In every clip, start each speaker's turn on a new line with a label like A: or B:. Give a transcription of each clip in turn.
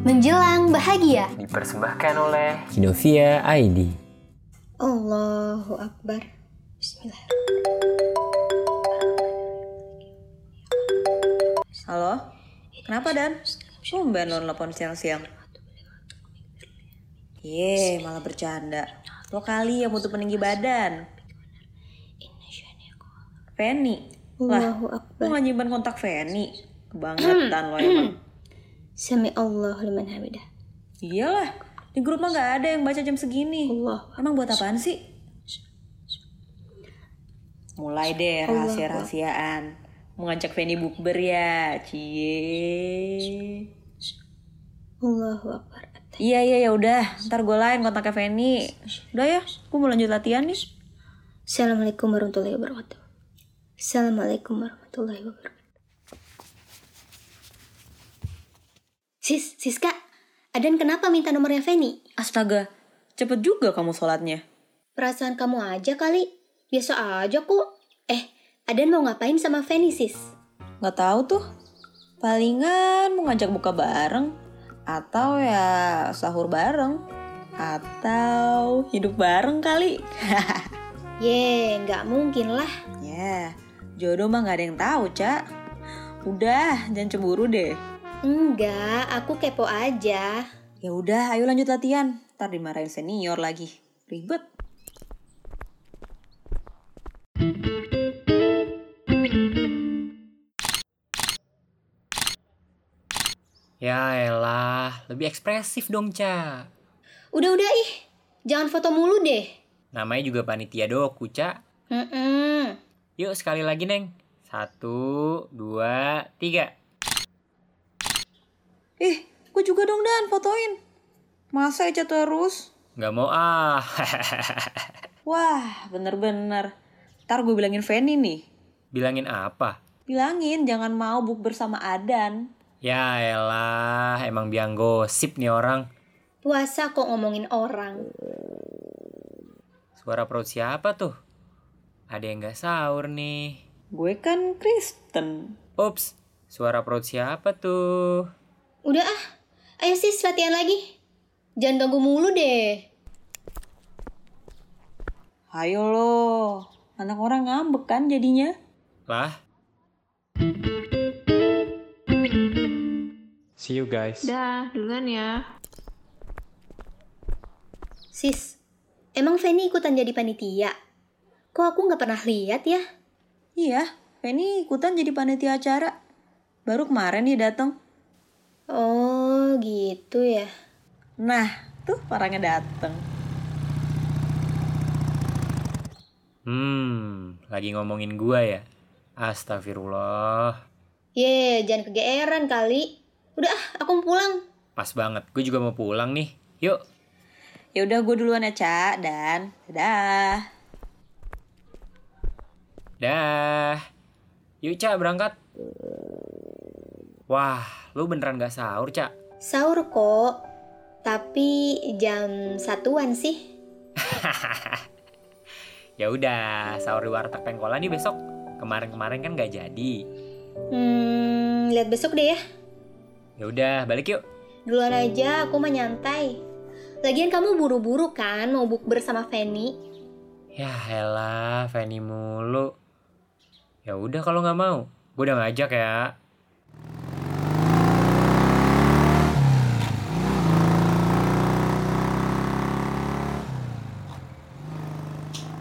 A: Menjelang bahagia.
B: Dipersembahkan oleh
C: Kinovia ID.
D: Allahu Akbar. Bismillahirrahmanirrahim.
E: Halo? Kenapa Dan? Tumben lo nelfon siang-siang. Ye, malah bercanda. Lo kali yang butuh peninggi badan. Feni. Lah,
D: Allahu
E: lo
D: Akbar.
E: nggak nyimpan kontak Feni? Kebangetan lo emang.
D: Sami Allahu liman hamidah.
E: Iyalah, di grup mah nggak ada yang baca jam segini.
D: Allah.
E: Emang buat apaan sih? Mulai deh rahasia-rahasiaan. Mengajak Feni bukber ya, cie.
D: Allahu Akbar.
E: Iya iya ya udah, ntar gue lain kontaknya Feni. Udah ya, gue mau lanjut latihan nih.
D: Assalamualaikum warahmatullahi wabarakatuh. Assalamualaikum warahmatullahi wabarakatuh.
A: Sis, Siska, Adan kenapa minta nomornya Feni?
E: Astaga, cepet juga kamu sholatnya.
A: Perasaan kamu aja kali. Biasa aja kok. Eh, Adan mau ngapain sama Feni, Sis?
E: Gak tahu tuh, palingan mau ngajak buka bareng, atau ya sahur bareng, atau hidup bareng kali.
A: Ye, nggak mungkin lah.
E: Ya, jodoh mah gak ada yang tahu cak. Udah, jangan cemburu deh.
A: Enggak, aku kepo aja.
E: Ya udah, ayo lanjut latihan. Ntar dimarahin senior lagi. Ribet.
C: Ya elah, lebih ekspresif dong, Ca.
A: Udah-udah ih, jangan foto mulu deh.
C: Namanya juga panitia doku, Ca.
A: Mm-mm.
C: Yuk sekali lagi, Neng. Satu, dua, tiga.
E: Ih, gue Eh, juga dong Dan, fotoin. Masa Eca terus?
C: Nggak mau ah.
E: Wah, bener-bener. Ntar gue bilangin Feni nih.
C: Bilangin apa?
E: Bilangin jangan mau book bersama Adan.
C: Ya elah, emang biang gosip nih orang.
A: Puasa kok ngomongin orang.
C: Suara perut siapa tuh? Ada yang nggak sahur nih.
E: Gue kan Kristen.
C: Ups, suara perut siapa tuh?
A: Udah ah, ayo sis latihan lagi. Jangan ganggu mulu deh.
E: Hayo loh, anak orang ngambek kan jadinya.
C: Lah,
B: See you guys.
F: Dah, duluan ya.
A: Sis, emang Feni ikutan jadi panitia? Kok aku nggak pernah lihat ya?
E: Iya, Feni ikutan jadi panitia acara. Baru kemarin dia datang.
A: Oh, gitu ya.
E: Nah, tuh orangnya datang.
C: hmm, lagi ngomongin gua ya. Astagfirullah.
A: Ye, jangan kegeeran kali. Udah ah, aku mau pulang.
C: Pas banget, gue juga mau pulang nih. Yuk.
E: Ya udah gue duluan ya, Cak, dan dadah.
C: Dah. Yuk, Ca, berangkat. Wah, lu beneran gak sahur, Ca?
A: Sahur kok. Tapi jam satuan sih.
C: Ya udah, sahur di warteg pengkolan nih besok. Kemarin-kemarin kan gak jadi.
A: Hmm, lihat besok deh ya.
C: Ya udah, balik yuk.
A: Duluan aja, aku mah nyantai. Lagian kamu buru-buru kan mau bukber sama Feni?
C: Ya elah, Feni mulu. Ya udah kalau nggak mau, gue udah ngajak ya.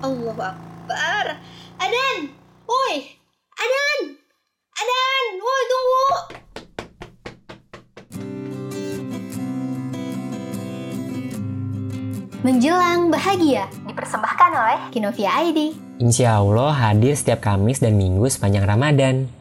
A: Allahu Akbar. Adan! Woi! Adan! Adan! Woi, tunggu! Menjelang bahagia dipersembahkan oleh Kinovia ID.
C: Insya Allah hadir setiap Kamis dan Minggu sepanjang Ramadan.